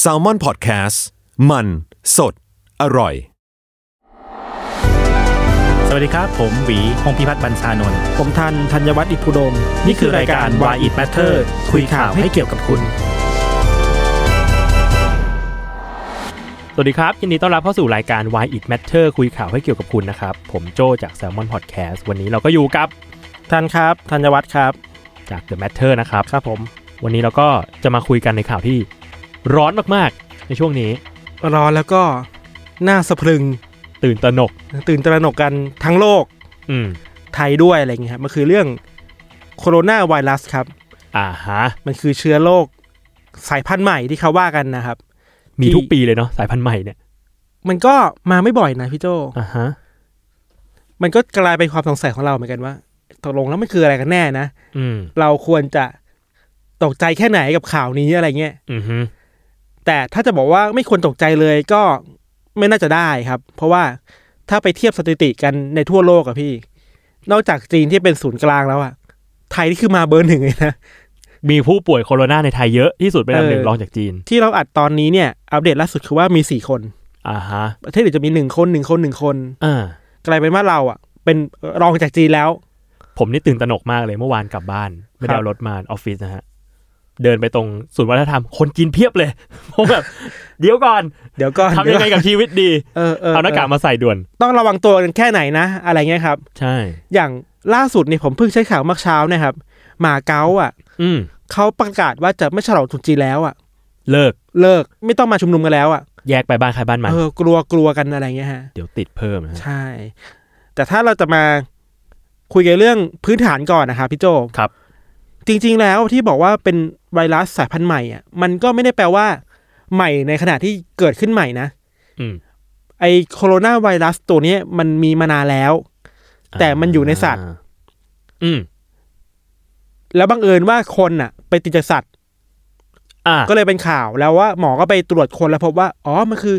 แซลมอนพอดแคสต์มันสดอร่อย สวัสดีครับ ผมหวีพงพิพัฒน์บรรชานนท์ ผมทันธัญวัฒน์อิพุดม นี่คือรายการ Why It Matter คุยข่าวให้เกี่ยวกับคุณ สวัสดีครับ ยินดีต้อนรับเข้าสู่รายการ Why It Matter คุยข่าวให้เกี่ยวกับคุณนะครับ ผมโจจาก Salmon Podcast วันนี้เราก็อยู่กับ ทันครับธัญวัฒน์ครับ จาก The Matter นะครับ ครับผม วันนี้เราก็จะมาคุยกันในข่าวที่ร้อนมากๆ ในช่วงนี้ ร้อนแล้วก็น่าสะพรึง ตื่นตระหนก ตื่นตระหนกกันทั้งโลก อืม ไทยด้วยอะไรอย่างเงี้ยครับมันคือเรื่องโคโรนาไวรัสครับ อ่าฮะ มันคือเชื้อโรคสายพันธุ์ใหม่ที่เขาว่ากันนะครับ มีทุกปีเลยเนาะสายพันธุ์ใหม่เนี่ย มันก็มาไม่บ่อยนะพี่โจ อ่าฮะ มันก็กลายเป็นความสงสัยของเราเหมือนกันว่าตกลงแล้วมันคืออะไรกันแน่นะ อืม เราควรจะตกใจแค่ไหนกับข่าวนี้อะไรเงี้ย อือฮึ แต่ถ้าจะบอกว่าไม่ควรตกใจเลยก็ไม่น่าจะได้ครับ เพราะว่าถ้าไปเทียบสถิติกันในทั่วโลกอะพี่ นอกจากจีนที่เป็นศูนย์กลางแล้วอะไทยนี่คือมาเบอร์หนึ่งเลยนะ มีผู้ป่วยโคโรนาในไทยเยอะที่สุดเป็นอันดับหนึ่ง เออ รองจากจีน ที่เราอัดตอนนี้เนี่ยอัปเดตล่าสุดคือว่ามีสี่คน อ่าฮะ ประเทศอื่นจะมีหนึ่งคนหนึ่งคนหนึ่งคน อ่า กลายเป็นว่าเราอะเป็นรองจากจีนแล้ว ผมนี่ตื่นตระหนกมากเลยเมื่อวานกลับบ้าน ไม่ได้ ครับ เอารถมาออฟฟิศนะฮะ เดินไปตรงศูนย์วัฒนธรรม คนจีนเพียบเลย ผมแบบ เดี๋ยว ก่อน เดี๋ยวก็ ทำยังไงกับชีวิตดี เออเออ เอาหน้ากากมาใส่ด่วน ต้องระวังตัวกันแค่ไหนนะ อะไรเงี้ยครับ ใช่ อย่างล่าสุดเนี่ยผมเพิ่งใช้ข่าวเมื่อเช้าเนะครับหมาเก๊าอะ อืม เขาประกาศว่าจะไม่ฉลองตรุษจีนแล้วอะ เลิก เลิกไม่ต้องมาชุมนุมกันแล้วอ่ะ แยกไปบ้านใครบ้านมัน เออกลัวกลัวกันอะไรเงี้ยฮะ เดี๋ยวติดเพิ่มนะฮะ ใช่ แต่ถ้าเราจะมาคุยกันเรื่องพื้นฐานก่อนนะครับพี่โจ ครับ จริง ๆ แล้วที่บอกว่าเป็นไวรัสสายพันธุ์ใหม่อ่ะมันก็ไม่ได้แปลว่า ใหม่ในขณะที่เกิดขึ้นใหม่นะ อืม ไอโคโรนาไวรัสตัวเนี้ยมันมีมานานแล้ว แต่มันอยู่ในสัตว์ อืม แล้วบังเอิญว่าคนอ่ะ ไปติดจากสัตว์ อ่า ก็เลยเป็นข่าวแล้วว่าหมอก็ไปตรวจคนแล้วพบว่าอ๋อมันคือ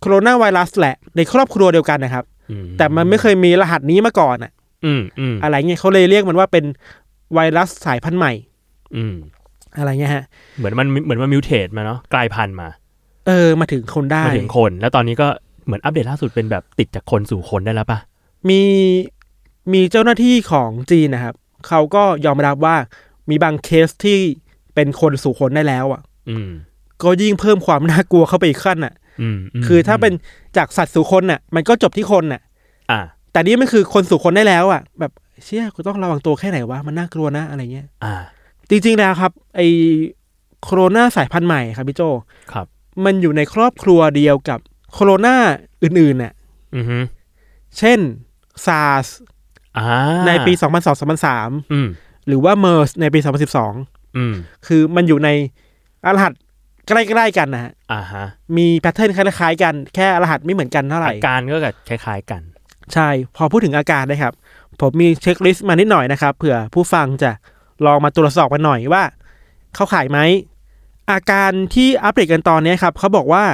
โคโรนาไวรัสแหละ ในครอบครัวเดียวกันนะครับ อื แต่มันไม่เคยมีรหัสนี้มาก่อนอะ อืมอืม อะไรเงี้ยเขาเลยเรียกมันว่าเป็นไวรัสสายพันธุ์ใหม่ อืม อะไรเงี้ยฮะ เหมือนมันเหมือนมันมิวเทสมาเนาะกลายพันธุ์มา เออมาถึงคนได้ มาถึงคน แล้วตอนนี้ก็เหมือนอัปเดตล่าสุดเป็นแบบติดจากคนสู่คนได้แล้วปะ มีมีเจ้าหน้าที่ของจีนนะครับ เขาก็ยอมรับว่ามีบางเคสที่เป็นคนสู่คนได้แล้วอ่ะ อืม ก็ยิ่งเพิ่มความน่ากลัวเข้าไปอีกขั้นอ่ะ อืมม คือถ้าเป็นจากสัตว์สู่คนน่ะ มันก็จบที่คนน่ะ อ่า แต่นี่มันคือคนสู่คนได้แล้วอ่ะ แบบเชี่ยกูต้องระวังตัวแค่ไหนวะมันน่ากลัวนะอะไรเงี้ย อ่า จริงๆแล้วครับ ไอโคโรนาสายพันธุ์ใหม่ครับพี่โจ ครับ มันอยู่ในครอบครัวเดียวกับโคโรนาอื่นๆน่ะ อือฮึ เช่น ซาร์ส อ่า ในปี 2002-2003 อืม หรือว่าเมอร์สในปี อืม 2012 คือมันอยู่ในรหัสใกล้ๆกันนะฮะ อ่าฮะ มีแพทเทิร์นคล้ายๆกัน แค่รหัสไม่เหมือนกันเท่าไหร่ อาการก็จะคล้ายๆกัน ใช่ พอพูดถึงอาการนะครับ ผมมีเช็คลิสต์มานิดหน่อยนะครับ เผื่อผู้ฟังจะลองมาตรวจสอบกันหน่อยว่า เข้าข่ายไหม อาการที่อัปเดตกันตอนนี้ครับ เขาบอกว่า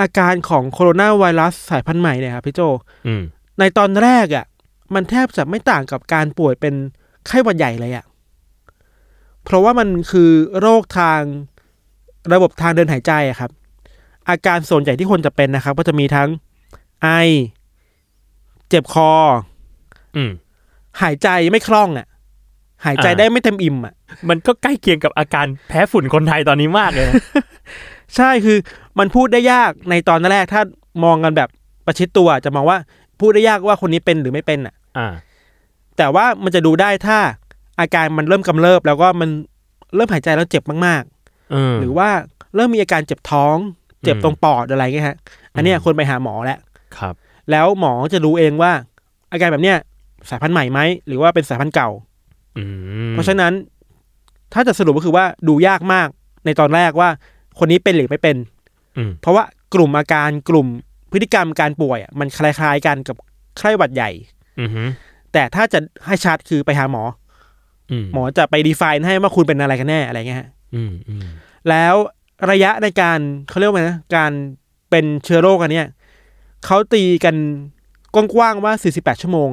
อาการของโคโรนาไวรัสสายพันธุ์ใหม่เนี่ยครับพี่โจ อืม ในตอนแรกอะ่ะ มันแทบจะไม่ต่างกับการป่วยเป็นไข้หวัดใหญ่เลยอะ่ะ เพราะว่ามันคือโรคทางระบบทางเดินหายใจอะครับ อาการส่วนใหญ่ที่คนจะเป็นนะครับ ก็จะมีทั้งไอ เจ็บคอ อืม หายใจไม่คล่องอะ่ะ หายใจ อ่า ได้ไม่เต็มอิ่มอะ่ะ มันก็ใกล้เคียงกับอาการแพ้ฝุ่นคนไทยตอนนี้มากเลยนะ ใช่คือมันพูดได้ยากในตอนแรกถ้ามองกันแบบประชิดตัว จะมองว่าพูดได้ยากว่าคนนี้เป็นหรือไม่เป็นอ่ะ อ่า แต่ว่ามันจะดูได้ถ้าอาการมันเริ่มกำเริบ แล้วก็มันเริ่มหายใจแล้วเจ็บมาก อืม ๆ หรือว่าเริ่มมีอาการเจ็บท้อง เจ็บ อืม ตรงปอดอะไรเงี้ยฮะ อันเนี้ยควรไปหาหมอแล้ว ครับ แล้วหมอจะรู้เองว่า อาการแบบเนี้ยสายพันธุ์ใหม่ไหมหรือว่าเป็นสายพันธุ์เก่า อืม เพราะฉะนั้น ถ้าจะสรุปก็คือว่าดูยากมากในตอนแรกว่าคนนี้เป็นหรือไม่เป็น อืม เพราะว่ากลุ่มอาการกลุ่มพฤติกรรมการป่วยอะมันคล้ายๆกันกับไข้หวัดใหญ่ อืม แต่ถ้าจะให้ชัดคือไปหาหมอ อืม หมอจะไป define ให้ว่าคุณเป็นอะไรกันแน่อะไรเงี้ยฮะ อืมอืม แล้วระยะในการเขาเรียกว่าไงนะการเป็นเชื้อโรคอันเนี้ยเขาตีกันกว้างๆว่า 48 ชั่วโมง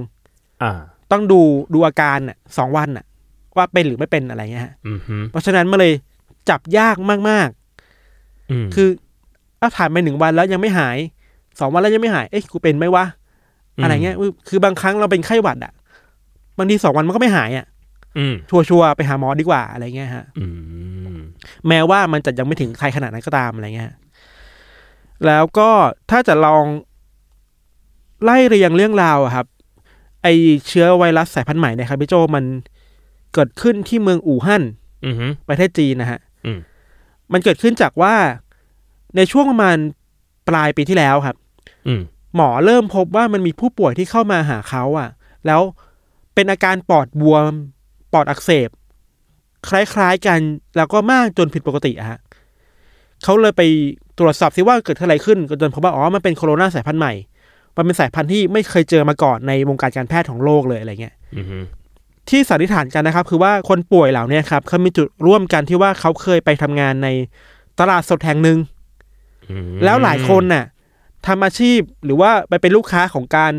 อ่า ต้องดูดูอาการอ่ะสองวันอ่ะว่าเป็นหรือไม่เป็นอะไรเงี้ยฮะ อืม เพราะฉะนั้นมันเลย จับยากมาก อืม ๆ คือเอาผ่านไปหนึ่งวันแล้วยังไม่หายสองวันแล้วยังไม่หายเอ๊ะกูเป็นไหมวะ ม อะไรเงี้ยอุ๊ยคือบางครั้งเราเป็นไข้หวัดอ่ะบางทีสองวันมันก็ไม่หายอ่ะ อืม ชัวชัวร์ๆไปหาหมอดีกว่าอะไรเงี้ยฮะ อืม แม้ว่ามันจะยังไม่ถึงใครขนาดนั้นก็ตามอะไรเงี้ย แล้วก็ถ้าจะลองไล่เรียงเรื่องราวอะครับ ไอเชื้อไวรัสสายพันธุ์ใหม่เนยครับพี่โจมันเกิดขึ้นที่เมืองอู่ฮั่น อืม ประเทศจีนนะฮะ อืม มันเกิดขึ้นจากว่าในช่วงประมาณปลายปีที่แล้วครับ อืม หมอเริ่มพบว่ามันมีผู้ป่วยที่เข้ามาหาเขาอะแล้วเป็นอาการปอดบวม ปอดอักเสบ คล้ายๆกัน แล้วก็มากจนผิดปกติอะฮะเขาเลยไปตรวจสอบซิว่าเกิดอะไรขึ้นก็จนพบว่าอ๋อมันเป็นโคโรนาสายพันธุ์ใหม่ มันเป็นสายพันธุ์ที่ไม่เคยเจอมาก่อนในวงการการแพทย์ของโลกเลยอะไรเงี้ย อืม ที่สันนิษฐานกันนะครับ คือว่าคนป่วยเหล่าเนี้ยครับเขามีจุดร่วมกันที่ว่าเขาเคยไปทำงานในตลาดสดแห่งหนึ่ง อืม แล้วหลายคนน่ะทำอาชีพหรือว่าไปเป็นลูกค้าของการ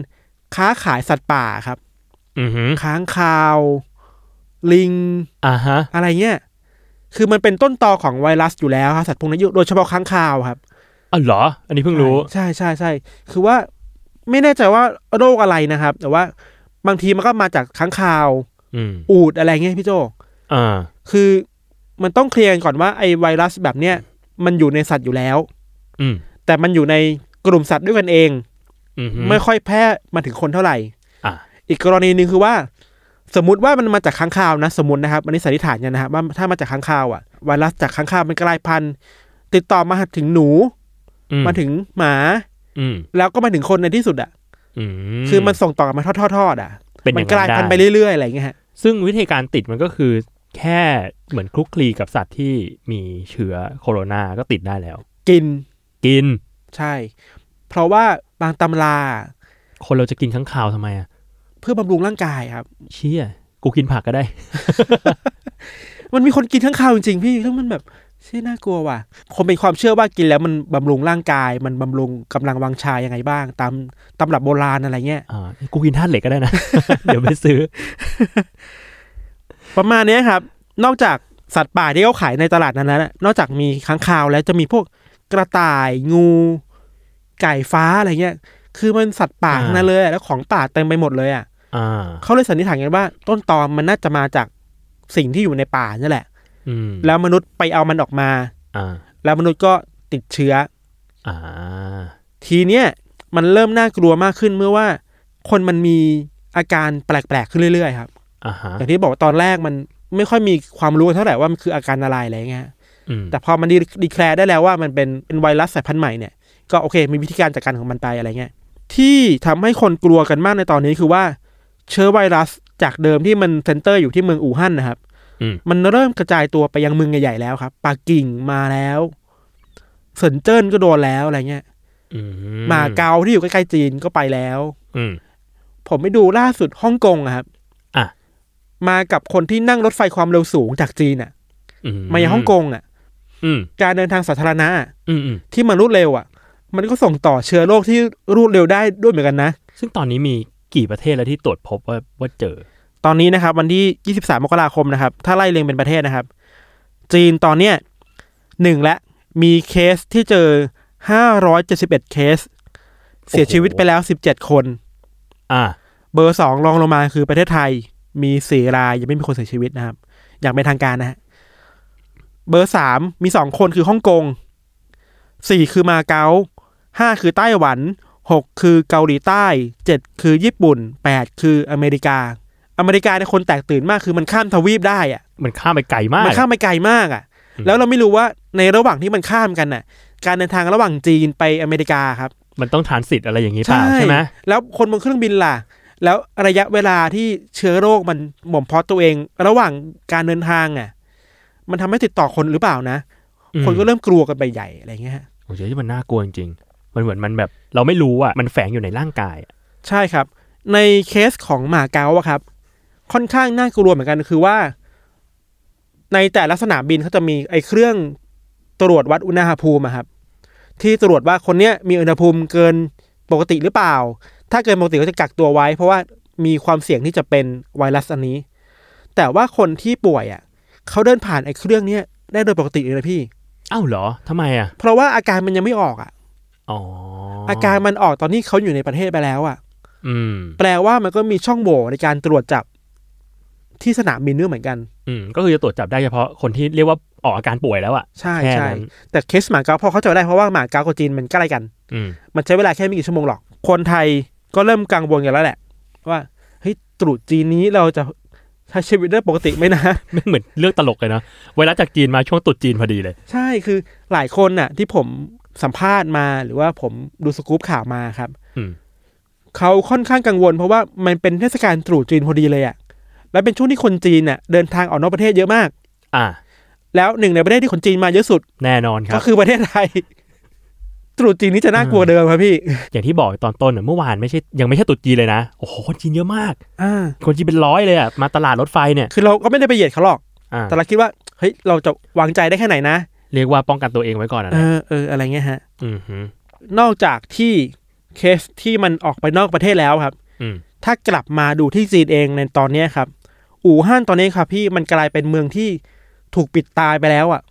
ค้าขายสัตว์ป่าครับ อืม ค้างคาว ลิง อ่าฮะ อะไรเงี้ยคือมันเป็นต้นตอของไวรัสอยู่แล้วครับสัตว์พวกนั้นอยู่โดยเฉพาะค้างคาวครับ อ๋อเหรอ อันนี้เพิ่งรู้ ใช่ใช่ใช่คือว่าไม่แน่ใจว่าโรคอะไรนะครับ แต่ว่าบางทีมันก็มาจากค้างคาว อืม อูดอะไรเงี้ยพี่โจ อ่า คือมันต้องเคลียร์กันก่อนว่าไอไวรัสแบบเนี้ยมันอยู่ในสัตว์อยู่แล้ว อืม แต่มันอยู่ในกลุ่มสัตว์ด้วยกันเอง อืม ไม่ค่อยแพร่มาถึงคนเท่าไหร่ อ่ะ อีกกรณีหนึ่งคือว่า สมมติว่ามันมาจากค้างคาวนะ สมมตินะครับอันนี้สันนิษฐานกันนะครับว่าถ้ามาจากค้างคาวอ่ะไวรัสจากค้างคาวมันกลายพันธุ์ติดต่อมาถึงหนู อื มาถึงหมา อืม แล้วก็มาถึงคนในที่สุดอ่ะ อืม คือมันส่งต่อกันมาทอดๆๆอ่ะ เป็นอ มั ย่าง กลายพันธุ์ไป ด้ เรื่อยๆอะไรอย่างเงี้ยฮะ ซึ่งวิธีการติดมันก็คือ แค่เหมือนคลุกคลีกับสัตว์ที่มีเชื้อโคโรนาก็ติดได้แล้ว กิน กิน ใช่ เพราะว่าบางตำรา คนเราจะกินข้างคาวทำไมอ่ะ เพื่อบำรุงร่างกายครับ เชี่ย กูกินผักก็ได้ มันมีคนกินข้างคาวจริงๆพี่แล้วมันแบบเชี่ยน่ากลัวว่ะคงเป็นความเชื่อว่ากินแล้วมันบำรุงร่างกาย มันบำรุงกำลังวังชายังไงบ้าง ตามตำรับโบราณอะไรเงี้ย อ่า กูกินธาตุเหล็กก็ได้นะ เดี๋ยวไปซื้อ ประมาณเนี้ยครับ นอกจากสัตว์ป่าที่เขาขายในตลาดนั้นแล้วนอกจากมีข้างคาวแล้วจะมีพวกกระต่ายงู ไก่ฟ้าอะไรเงี้ย คือมันสัตว์ป่า อ่า ทั้งนั้นเลยอะแล้วของป่าเต็มไปหมดเลยอ่ะ อ่า เขาเลยสันนิษฐานกันว่า ต้นตอมันน่าจะมาจากสิ่งที่อยู่ในป่านี่แหละ อืม แล้วมนุษย์ไปเอามันออกมา อ่า แล้วมนุษย์ก็ติดเชื้อ อ่า ทีเนี้ยมันเริ่มน่ากลัวมากขึ้นเมื่อว่า คนมันมีอาการแปลกๆขึ้นเรื่อยๆครับ อ่าฮะ อย่างที่บอกว่าตอนแรกมันไม่ค่อยมีความรู้เท่าไหร่ว่ามันคืออาการอะไรอะไรเงี้ย อืม แต่พอมันดีดีแคลร์ได้แล้วว่ามันเป็นเป็นไวรัสสายพันธุ์ใหม่เนี่ยก็โอเค มีวิธีการจัดการของมันไปอะไรเงี้ยที่ทำให้คนกลัวกันมากในตอนนี้คือว่าเชื้อไวรัสจากเดิมที่มันเซนเตอร์อยู่ที่เมืองอู่ฮั่นนะครับ อืม มันเริ่มกระจายตัวไปยังเมืองใหญ่ๆแล้วครับปักกิ่งมาแล้วเซินเจิ้นก็โดนแล้วอะไรเงี้ย อื มาเกาที่อยู่ใกล้ๆจีนก็ไปแล้ว อืม ผมไปดูล่าสุดฮ่องกงอะครับ อ่ะ มากับคนที่นั่งรถไฟความเร็วสูงจากจีนอะ อื มายังฮ่องกงอะ อืม การเดินทางสาธารณะอะ อืมอืม ที่มันรวดเร็วอะมันก็ส่งต่อเชื้อโรคที่รวดเร็วได้ด้วยเหมือนกันนะ ซึ่งตอนนี้มีกี่ประเทศแล้วที่ตรวจพบว่าว่าเจอ ตอนนี้นะครับ วันที่ 23 มกราคมนะครับ ถ้าไล่เรียงเป็นประเทศนะครับ จีนตอนเนี้ยหนึ่งละมีเคสที่เจอ 571 เคส เสียชีวิตไปแล้ว 17 คน อ่า เบอร์สองรองลงมาคือประเทศไทยมีสี่รายยังไม่มีคนเสียชีวิตนะครับ อย่างเป็นทางการนะฮะเบอร์สามมีสองคนคือฮ่องกงสี่คือมาเก๊าห้าคือไต้หวันหกคือเกาหลีใต้เจ็ดคือญี่ปุ่นแปดคืออเมริกา อเมริกาในยคนแตกตื่นมากคือมันข้ามทวีปได้อะ มันข้ามไปไกลมาก มันข้ามไปไกลมากอะ อืม แล้วเราไม่รู้ว่าในระหว่างที่มันข้ามกันน่ะ การเดินทางระหว่างจีนไปอเมริกาครับ มันต้องทรานสิตอะไรอย่างนี้เปล่าใช่ไหม แล้วคนบนเครื่องบินล่ะ แล้วระยะเวลาที่เชื้อโรคมันหม่อมเพาะตัวเอง ระหว่างการเดินทางอ่ะ มันทำให้ติดต่อคนหรือเปล่านะ คนก็ ม เริ่มกลัวกันไปใหญ่อะไรเงี้ยฮะ โอ้โหที่มันน่ากลัวจริงๆ มันเหมือนมันแบบ เราไม่รู้อ่ะ มันแฝงอยู่ในร่างกายอะ ใช่ครับ ในเคสของหมาเก๊าอะครับ ค่อนข้างน่ากลัวเหมือนกันคือว่า ในแต่ละสนามบินเขาจะมีไอ้เครื่องตรวจวัดอุณหภูมิอะครับ ที่ตรวจว่าคนเนี้ยมีอุณหภูมิเกินปกติหรือเปล่า ถ้าเกินปกติก็จะกักตัวไว้ เพราะว่ามีความเสี่ยงที่จะเป็นไวรัสอันนี้ แต่ว่าคนที่ป่วยอะเขาเดินผ่านไอ้เครื่องเนี้ย ได้โดยปกติเลยนะพี่ อ้าวเหรอทำไมอ่ะ เพราะว่าอาการมันยังไม่ออกอ่ะ อ๋อ อาการมันออกตอนที่เขาอยู่ในประเทศไปแล้วอ่ะ อืม แปลว่ามันก็มีช่องโหว่ในการตรวจจับที่สนามบินด้วยเหมือนกัน อืมก็คือจะตรวจจับได้เฉพาะคนที่เรียกว่าออกอาการป่วยแล้วอ่ะ ใช่ แค่ ใช่ นั้น แต่เคสหมาเก๊าพอเขาจะได้เพราะว่าหมาเก๊ากับจีนมันใกล้กัน อืม มันใช้เวลาแค่ไม่กี่ชั่วโมงหรอก คนไทยก็เริ่มกังวลกันแล้วแหละ ว่าเฮ้ยตรุษจีนนี้เราจะใช้ชีวิตได้ปกติไหมนะ ไม่เหมือนเลือกตลกเลยเนาะไวรัสจากจีนมาช่วงตรุษจีนพอดีเลย ใช่คือหลายคนน่ะ ที่ผมสัมภาษณ์มาหรือว่าผมดูสกู๊ปข่าวมาครับ อืม เขาค่อนข้างกังวล เพราะว่ามันเป็นเทศกาลตรุษจีนพอดีเลยอะ่ะและเป็นช่วงที่คนจีนน่ะเดินทางออกนอกประเทศเยอะมาก อ่า แล้วหนึ่งในประเทศที่คนจีนมาเยอะสุด แน่นอนครั ก็ บ คือประเทศไทย ตรุษจีนนี้จะน่ากลัวเดิมครับพี่ อย่างที่บอกตอนต้นอะเมื่อวานไม่ใช่ยังไม่ใช่ตรุษจีนเลยนะโอ้โหคนจีนเยอะมาก อ่า คนจีนเป็นร้อยเลยอ่ะมาตลาดรถไฟเนี่ย คือเราก็ไม่ได้ไปเหยียดเขาหรอก อ่า แต่เราคิดว่าเฮ้ยเราจะวางใจได้แค่ไหนนะ เรียกว่าป้องกันตัวเองไว้ก่อนอะ เอ นะ อเอออะไรเงี้ยฮะ อืมฮึ นอกจากที่เคสที่มันออกไปนอกประเทศแล้วครับ อืม ถ้ากลับมาดูที่จีนเองในตอนเนี้ยครับ อู่ฮั่นตอนนี้ครับพี่มันกลายเป็นเมืองที่ถูกปิดตายไปแล้วอ่ะ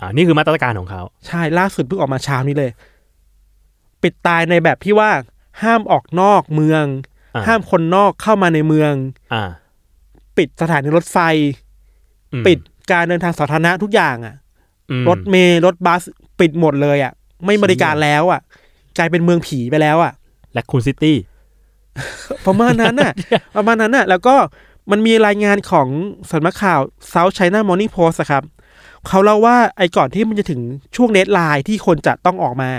อ่านี่คือมาตรการของเขา ใช่ล่าสุดเพิ่งออกมาเช้านี้เลย ปิดตายในแบบที่ว่าห้ามออกนอกเมือง อ่ ห้ามคนนอกเข้ามาในเมือง อ่า ปิดสถานีรถไฟ อืม ปิดการเดินทางสาธารณะทุกอย่างอ่ะ อืม รถเมล์รถบัสปิดหมดเลยอ่ะ ไม่บริการแล้วอ่ะ กลายเป็นเมืองผีไปแล้วอ่ะ และคูนซิตี้ ประมาณนั้น น่ะ ประมาณนั้นน่ะ แล้วก็มันมีรายงานของสำนักข่าว South China Morning Post อะครับ เขาเล่าว่าไอ้ก่อนที่มันจะถึงช่วงเดทไลน์ที่คนจะต้องออกมา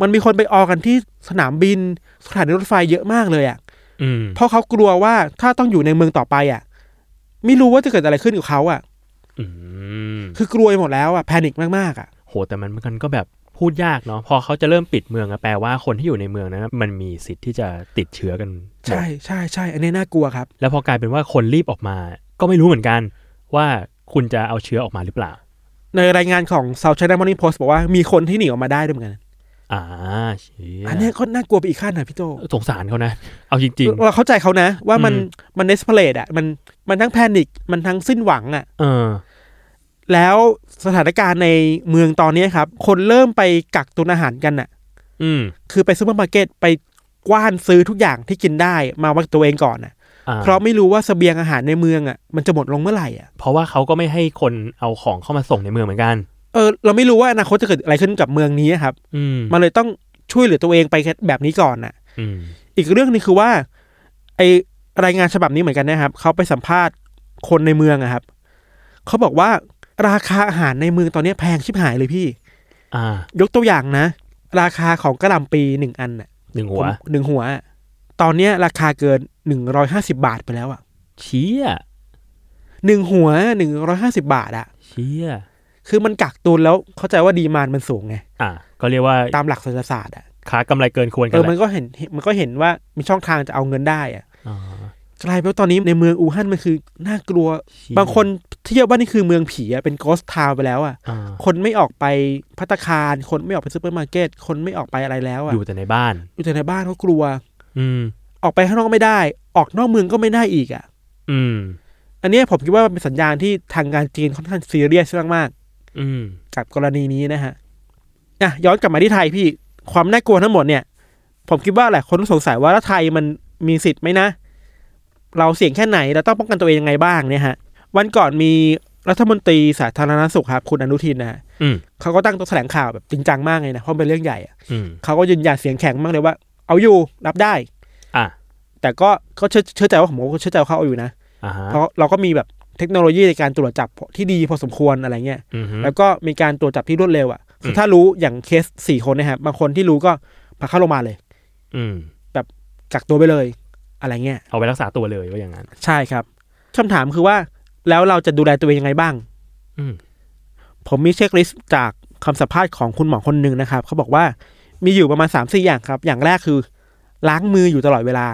มันมีคนไปออกกันที่สนามบินสถานีรถไฟเยอะมากเลยอ่ะ อืม เพราะเขากลัวว่าถ้าต้องอยู่ในเมืองต่อไปอ่ะ ไม่รู้ว่าจะเกิดอะไรขึ้นกับเขาอ่ะ อืม คือกลัวไปหมดแล้วอ่ะ แพนิคมากๆอ่ะ โหแต่มันมันก็แบบพูดยากเนาะพอเขาจะเริ่มปิดเมืองอะแปลว่าคนที่อยู่ในเมืองนั้นอะมันมีสิทธิ์ที่จะติดเชื้อกันหมด ใช่ใช่ใช่ อันนี้น่ากลัวครับ แล้วพอกลายเป็นว่าคนรีบออกมา ก็ไม่รู้เหมือนกัน ว่าคุณจะเอาเชื้อออกมาหรือเปล่า ในรายงานของ South China Morning Post บอกว่ามีคนที่หนีออกมาได้ด้วยเหมือนกัน อ่าเชี่ย อันเนี้ยก็น่ากลัวไปอีกขั้นนะพี่โต สงสารเขานะ เอาจริง เราเข้าใจเขานะ ว่ามัน อืม มันเดสเพลดอ่ะมันมันทั้งแพนิคมันทั้งสิ้นหวังอ่ะ ๆ เออ แล้วสถานการณ์ในเมืองตอนเนี้ยครับ คนเริ่มไปกักตุนอาหารกันอ่ะ อืม คือไปซูเปอร์มาร์เก็ตไปกว้านซื้อทุกอย่างที่กินได้มาไวักตัวเองก่อนอ่ะ อ่า เพราะไม่รู้ว่าเสบียงอาหารในเมืองอ่ะมันจะหมดลงเมื่อไหร่อ่ะ เพราะว่าเขาก็ไม่ให้คนเอาของเข้ามาส่งในเมืองเหมือนกัน เออเราไม่รู้ว่าอนาคตจะเกิดอะไรขึ้นกับเมืองนี้ครับ อืม มันเลยต้องช่วยเหลือตัวเองไปแบบนี้ก่อนอ่ะ อืม อีกเรื่องหนึงคือว่าไอรายงานฉบับนี้เหมือนกันนะครับเขาไปสัมภาษณ์คนในเมืองอะครับเขาบอกว่าราคาอาหารในเมืองตอนนี้แพงชิบหายเลยพี่ อ่าย กตัวอย่างนะ ราคาของกระหล่ำปีหนึ่งอันน่ะ หนึ่งหัว ผมหนึ่งหัวอะตอนเนี้ยราคาเกินหนึ่งร้อยห้าสิบาทไปแล้วอะ เชี่ย หนึ่งหัวหนึ่งร้อยห้าสิบาทอะ เชี่ย คือมันกักตุนแล้วเข้าใจว่าดีมานด์มันสูงไง อ่า ก็เรียกว่า ตามหลักเศรษฐศาสตร์อะ ค้ากำไรเกินควรกั เอน อ แห มัน ละ ก็เห็นมันก็เห็นว่ามีช่องทางจะเอาเงินได้อะ อ่าก ลายเป็นว่าตอนนี้ในเมืองอู่ฮั่นมันคือน่ากลัว เชี่ย บางคนเที่ยวว่านี่คือเมืองผีอะเป็น Ghost Town ไปแล้วอะ อ่า คนไม่ออกไปพัตตาคาร คนไม่ออกไปซูเปอร์มาร์เก็ตคนไม่ออกไปอะไรแล้วอะ อยู่แต่ในบ้าน อยู่แต่ในบ้านก็กลัว อืม ออกไปข้างนอกไม่ได้ ออกนอกเมืองก็ไม่ได้อีกอะ อืม อันเนี้ยผมคิดว่ามันเป็นสัญญาณที่ทางการจีนค่อนข้างซีเรียสมาก อืม ๆกับกรณีนี้นะฮะอ่ะย้อนกลับมาที่ไทยพี่ความน่ากลัวทั้งหมดเนี่ย ผมคิดว่าหลายคนสงสัยว่าแล้วไทยมันมีสิทธิ์ไหมนะ เราเสี่ยงแค่ไหนเราต้องป้องกันตัวเองยังไงบ้างเนี่ยฮะวันก่อนมีรัฐมนตรีสาธารณสุขครับคุณอนุทินนะฮะ อืม เขาก็ตั้งโต๊ะแถลงข่าวแบบจริงจังมากเลยนะเพราะเป็นเรื่องใหญ่อะ อืม เขาก็ยืนยันเสียงแข็งมากเลยว่า เอาอยู่รับได้ อ่ะ แต่ก็เขาเชื่อเชื่อใจว่าผมก็เชื่อใจว่าเขาเอาอยู่นะ อ่าฮะ เพราะเราก็มีแบบเทคโนโลยีในการตรวจจับที่ดีพอสมควรอะไรเงี้ย อืมฮึ แล้วก็มีการตรวจจับที่รวดเร็วอ่ะคืออ ม ถ้ารู้อย่างเคสสี่คนนะครับบางคนที่รู้ก็พาเข้าโรงพยาบาลเลย อืม กักตัวไปเลย อะไรเงี้ย เอาไว้รักษาตัวเลยว่าอย่างนั้น ใช่ครับคำถามคือว่าแล้วเราจะดูแลตัวเองยังไงบ้าง อืม ผมมีเช็คลิสต์จากคำสัมภาษณ์ของคุณหมอคนหนึ่งนะครับ เขาบอกว่ามีอยู่ประมาณสามสี่อย่างครับ อย่างแรกคือ ล้างมืออยู่ตลอดเวลา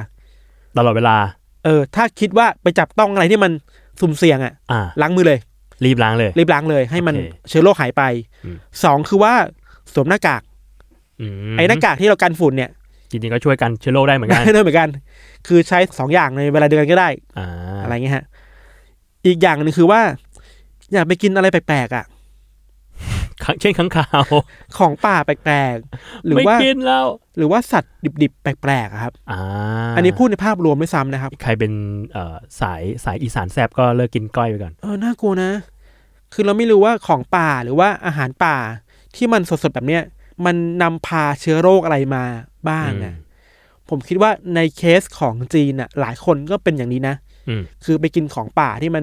ตลอดเวลา เออ ถ้าคิดว่าไปจับต้องอะไรที่มันสุ่มเสี่ยงอะ อ่า ล้างมือเลย รีบล้างเลย รีบล้างเลย ให้มัน โอเค เชื้อโรคหายไป อืม สองคือว่าสวมหน้ากาก ม ไอ้หน้ากากที่เรากันฝุ่นเนี่ย จริงๆก็ช่วยกันเชื้อโรคได้เหมือนกัน ได้ด้วยเหมือนกัน คือใช้สองอย่างในเวลาเดียวกันก็ได้ อ่า อะไรเงี้ยฮะอีกอย่างหนึงคือว่า อยากไปกินอะไรแปลกๆอ่ะ ข้างเช่น ข้างข่าว ของป่าแปลกๆ หรือ ไม่ ว่า กินแล้ว หรือว่าสัตว์ดิบๆ แปลกๆอะครับ อ่า อันนี้พูดในภาพรวมด้วยซ้ำนะครับ ใครเป็นเอ่อสายสายอีสานแซบก็เลิกกินก้อยไปก่อน เออ น่ากลัวนะ คือเราไม่รู้ว่าของป่าหรือว่าอาหารป่าที่มันสดๆ แบบเนี้ย มันนำพาเชื้อโรคอะไรมาบ้างนะ ผมคิดว่าในเคสของจีนอ่ะ หลายคนก็เป็นอย่างนี้นะ อืม คือไปกินของป่าที่มัน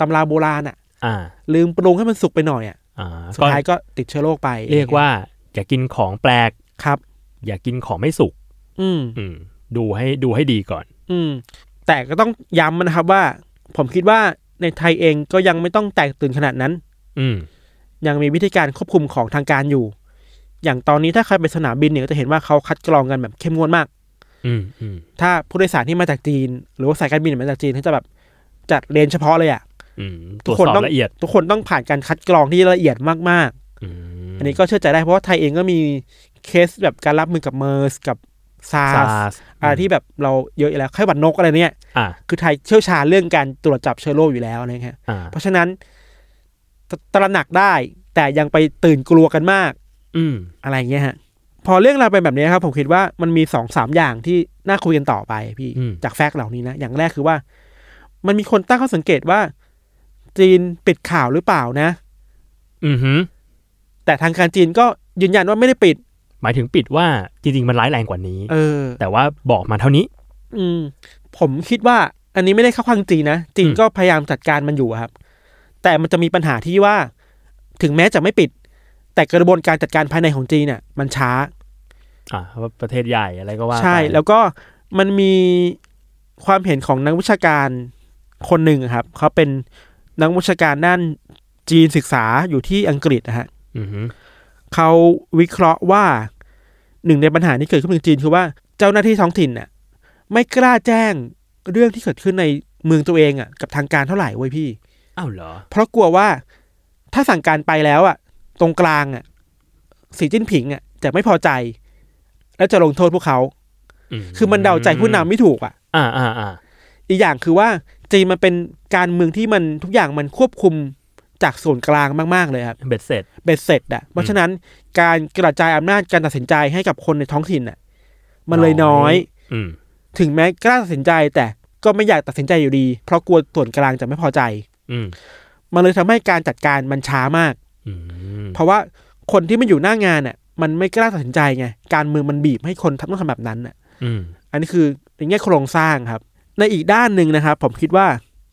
ตำราโบราณอ่ะ อ่า ลืมปรุงให้มันสุกไปหน่อยอ่ะ อ่า สุด ก็ ท้ายก็ติดเชื้อโรคไป เรียกว่า อย่ากินของแปลก ครับ อย่ากินของไม่สุก อืม อืม ดูให้ดูให้ดีก่อน อืม แต่ก็ต้องย้ำนะครับว่า ผมคิดว่าในไทยเองก็ยังไม่ต้องแตกตื่นขนาดนั้น อืม ยังมีวิธีการควบคุมของทางการอยู่ อย่างตอนนี้ถ้าใครไปสนามบินเนี่ยก็จะเห็นว่าเขาคัดกรองกันแบบเข้มงวดมาก อืมอืม ถ้าผู้โดยสารที่มาจากจีน หรือว่าสายการบินมาจากจีนเขาจะแบบจัดเลนเฉพาะเลยอะ่ะ อืมต ทุ รวกจ คน สอบ ต้อง ละเอียด ทุกคนต้องผ่านการคัดกรองที่ละเอียดมาก อืม ๆ อันนี้ก็เชื่อใจได้เพราะว่าไทยเองก็มีเคสแบบการรับมือกับเมอร์สกับซา ซา ร์ส ร์ส อะไรที่แบบเราเยอะอยู่แล้วไข้หวัดนกอะไรเนี่ย อ่า คือไทยเชี่ยวชาญเรื่องการตรวจจับเชื้อโรคอยู่แล้วนะฮะ อ่า เพราะฉะนั้นตตระหนักได้แต่ยังไปตื่นกลัวกันมาก อืม อะไรเงี้ยฮะ พอเรื่องราวเป็นแบบนี้ครับ ผมคิดว่ามันมีสองสามอย่างที่น่าคุยกันต่อไปพี่ อืม จากแฟกต์เหล่านี้นะ อย่างแรกคือว่า มันมีคนตั้งข้อสังเกตว่า จีนปิดข่าวหรือเปล่านะ อือหือ แต่ทางการจีนก็ยืนยันว่าไม่ได้ปิด หมายถึงปิดว่าจริงๆ มันร้ายแรงกว่านี้ เออ แต่ว่าบอกมาเท่านี้ อืม ผมคิดว่า อันนี้ไม่ได้เข้าข้างจีนนะจีน อืม ก็พยายามจัดการมันอยู่อะครับ แต่มันจะมีปัญหาที่ว่า ถึงแม้จะไม่ปิด แต่กระบวนการจัดการภายในของจีนเนี่ยมันช้า อ่าว่าประเทศใหญ่อะไรก็ว่า ใช่ ไป แล้วก็มันมีความเห็นของนักวิชาการคนหนึ่งครับ เขาเป็นนักวิชาการด้านจีนศึกษาอยู่ที่อังกฤษนะฮะ อือหือ เขาวิเคราะห์ว่าหนึ่งในปัญหาที่เกิดขึ้นในจีนคือว่าเจ้าหน้าที่ท้องถิ่นน่ะไม่กล้าแจ้งเรื่องที่เกิดขึ้นในเมืองตัวเองอ่ะกับทางการเท่าไหร่เว้ยพี่ อ้าวเหรอ เพราะกลัวว่าถ้าสั่งการไปแล้วอ่ะ ตรงกลางอ่ะสีจิ้นผิงอ่ะจะไม่พอใจ แล้วจะลงโทษพวกเขา คือมันเดาใจผู้นำไม่ถูกอ่ะ อ่าอ่าอ่า อีกอย่างคือว่าจีนมันเป็นการเมืองที่มันทุกอย่างมันควบคุมจากส่วนกลางมาก ๆ เลยครับ เบ็ดเสร็จ เบ็ดเสร็จอ่ะเพราะฉะนั้นการกระจายอำนาจการตัดสินใจให้กับคนในท้องถิ่นอ่ะ มันเลยน้อย อืม ถึงแม้กล้าตัดสินใจแต่ก็ไม่อยากตัดสินใจอยู่ดี เพราะกลัวส่วนกลางจะไม่พอใจ อืม มันเลยทำให้การจัดการมันช้ามาก อืม เพราะว่าคนที่ไม่อยู่หน้างานอ่ะ มันไม่กล้าตัดสินใจไงการเมืองมันบีบให้คนทำต้องทำแบบนั้นอ่ะ อืม อันนี้คือในแง่โครงสร้างครับ ในอีกด้านหนึ่งนะครับ ผมคิดว่า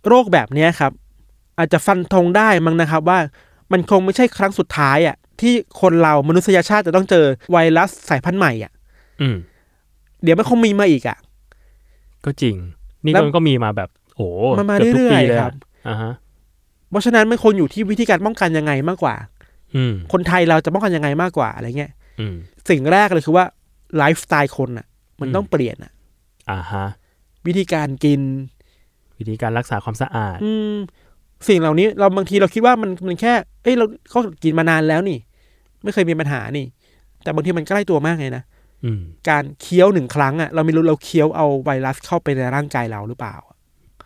โรคแบบเนี้ยครับ อาจจะฟันธงได้มั้งนะครับว่ามันคงไม่ใช่ครั้งสุดท้ายอ่ะที่คนเรามนุษยชาติจะต้องเจอไวรัสสายพันธุ์ใหม่อ่ะ อืม เดี๋ยวมันคงมีมาอีกอ่ะ ก็จริง นี่ แล้ว มันก็มีมาแบบโอ้โห มันมา กืบทุกปี เรื่อยๆ ลอะ ครับ อ่าฮะ เพราะฉะนั้นมันคงอยู่ที่วิธีการป้องกันยังไงมากกว่า อืม คนไทยเราจะป้องกันยังไงมากกว่าอะไรเงี้ย อืม สิ่งแรกเลยคือว่าไลฟ์สไตล์คนอ่ะ มันต้องเปลี่ยนอ่ะ อ่าฮะ วิธีการกิน วิธีการรักษาความสะอาด อืมสิ่งเหล่านี้เราบางทีเราคิดว่ามันมันแค่ เอ้ยเราเขากินมานานแล้วนี่ ไม่เคยมีปัญหานี่ แต่บางทีมันใกล้ตัวมากไงนะ อืม การเคี้ยวหนึ่งครั้งอะ่ะเราไม่รู้เราเคี้ยวเอาไวรัสเข้าไปในร่างกายเราหรือเปล่า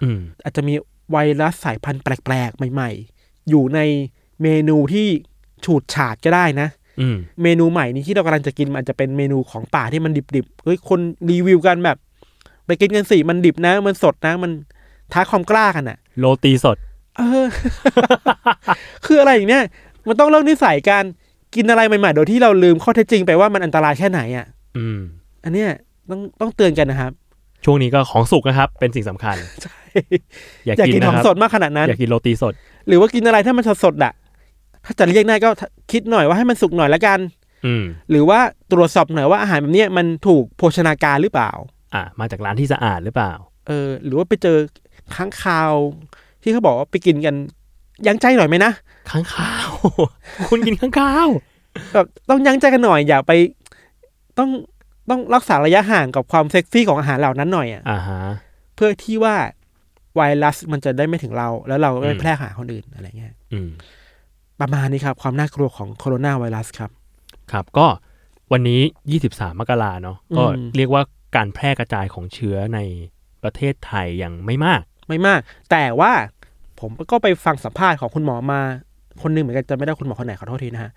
อืม อาจจะมีไวรัสสายพันธุ์แปลกๆ ใหม่ ๆ อยู่ในเมนูที่ฉูดฉาดก็ได้นะ อืม เมนูใหม่นี้ที่เรากำลังจะกินมันอาจจะเป็นเมนูของป่าที่มันดิบๆเฮ้ยคนรีวิวกันแบบ ไปกินกันสิมันดิบนะ มันสดนะ มันท้าความกล้ากันอ่ะ โรตีสด เอ อ คืออะไรอย่างเนี้ยมันต้องเริ่มนิสัยการกินอะไรใหม่ๆ โดยที่เราลืมข้อเท็จจริงไปว่ามันอันตรายแค่ไหนอ่ะ อืม อันเนี้ยต้องต้องเตือนกันนะครับ ช่วงนี้ก็ของสุกนะครับ เป็นสิ่งสำคัญ อย่า อย่า กิน กิน นะ ของ ครับ สดมากขนาดนั้น อย่ากินโรตีสด หรือว่ากินอะไรถ้ามันสดๆอ่ะ ถ้าจะเรียกได้ก็คิดหน่อยว่าให้มันสุกหน่อยละกัน อืม หรือว่าตรวจสอบหน่อยว่าอาหารแบบเนี้ยมันถูกโภชนาการหรือเปล่า อ่ะมาจากร้านที่สะอาดหรือเปล่า เออ หรือว่าไปเจอค้างคาว ที่เขาบอกว่าไปกินกันยั้งใจหน่อยไหมนะ ข้างข้าว คุณกินข้างข้าว แบบต้องยั้งใจกันหน่อยอย่าไปต้องต้องรักษาระยะห่างกับความเซ็กซี่ของอาหารเหล่านั้นหน่อยอ่ะ อ่าฮะ เพื่อที่ว่าไวรัสมันจะได้ไม่ถึงเรา แล้วเราก็ไม่ อืม แพร่หาคนอื่นอะไรเงี้ย อืม ประมาณนี้ครับ ความน่ากลัวของโคโรนาไวรัสครับ ครับก็วันนี้ 23 มกราเนาะ อืม ก็เรียกว่าการแพร่กระจายของเชื้อในประเทศไทยยังไม่มาก ไม่มาก แต่ว่า ผมก็ไปฟังสัมภาษณ์ของคุณหมอมา คนหนึงเหมือนกันจะไม่ได้คุณหมอคนไหนขอโทษทีนะฮะ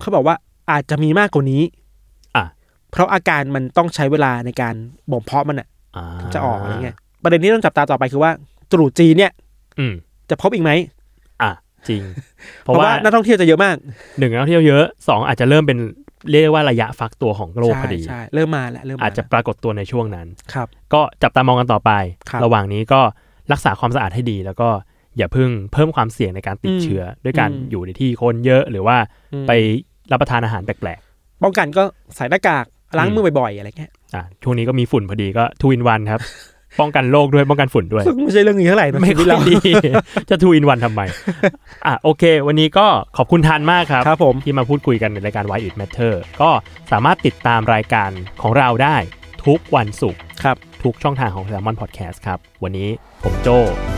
เขาบอกว่าอาจจะมีมากกว่านี้ อ่ะ เพราะอาการมันต้องใช้เวลาในการบ่มเพาะมันอะ อ่า จะออกอะไรเงี้ยประเด็นที่ต้องจับตาต่อไปคือว่าตรุษจีนเนี่ย อืม จะพบอีกไหม อ่ะ จริง เพ เพราะ ราะว่า ว่านักท่องเที่ยวจะเยอะมาก หนึ่งนักท่องเที่ยวเยอะสองอาจจะเริ่มเป็นเรียกได้ว่าระยะฟักตัวของโรคพอดี ใช่ใช่เริ่มมาแล้วเริ่มม อาจจะ แล้ว ปรากฏตัวในช่วงนั้น ครับ ก็จับตามองกันต่อไป ครับ ระหว่างนี้ก็รักษาความสะอาดให้ดี แล้วก็อย่าเพิ่งเพิ่มความเสี่ยงในการติดเชื้ออด้วยการ อืม อยู่ในที่คนเยอะหรือว่า อืม ไปรับประทานอาหารแปลก ป้องกันก็ใส่หน้ากากล้าง อืม มือบ่อยๆอะไรเงี้ย ๆอ่ะช่วงนี้ก็มีฝุ่นพอดีก็ทูอินวัน ครับ ป้องกันโรคด้วยป้องกันฝุ่นด้วย ซึ่งไม่ใช่เรื่องนี้เท่าไหร่นะ ไม่ ชี ค่อวิตเรา ยดี จะทูอินวันทำไม อ่ะโอเค วันนี้ก็ขอบคุณทันมากครับ ครับผม ที่มาพูดคุยกันในรายการ Why It Matter ก็สามารถติดตามรายการของเราได้ทุกวันศุกร์ ครับ ทุกช่องทางของ Salmon Podcast ครับ วันนี้ผมโจ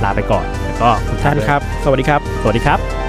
ลาไปก่อน แล้วก็คุณ ท่าน ด้วย ครับ สวัสดีครับ สวัสดีครับ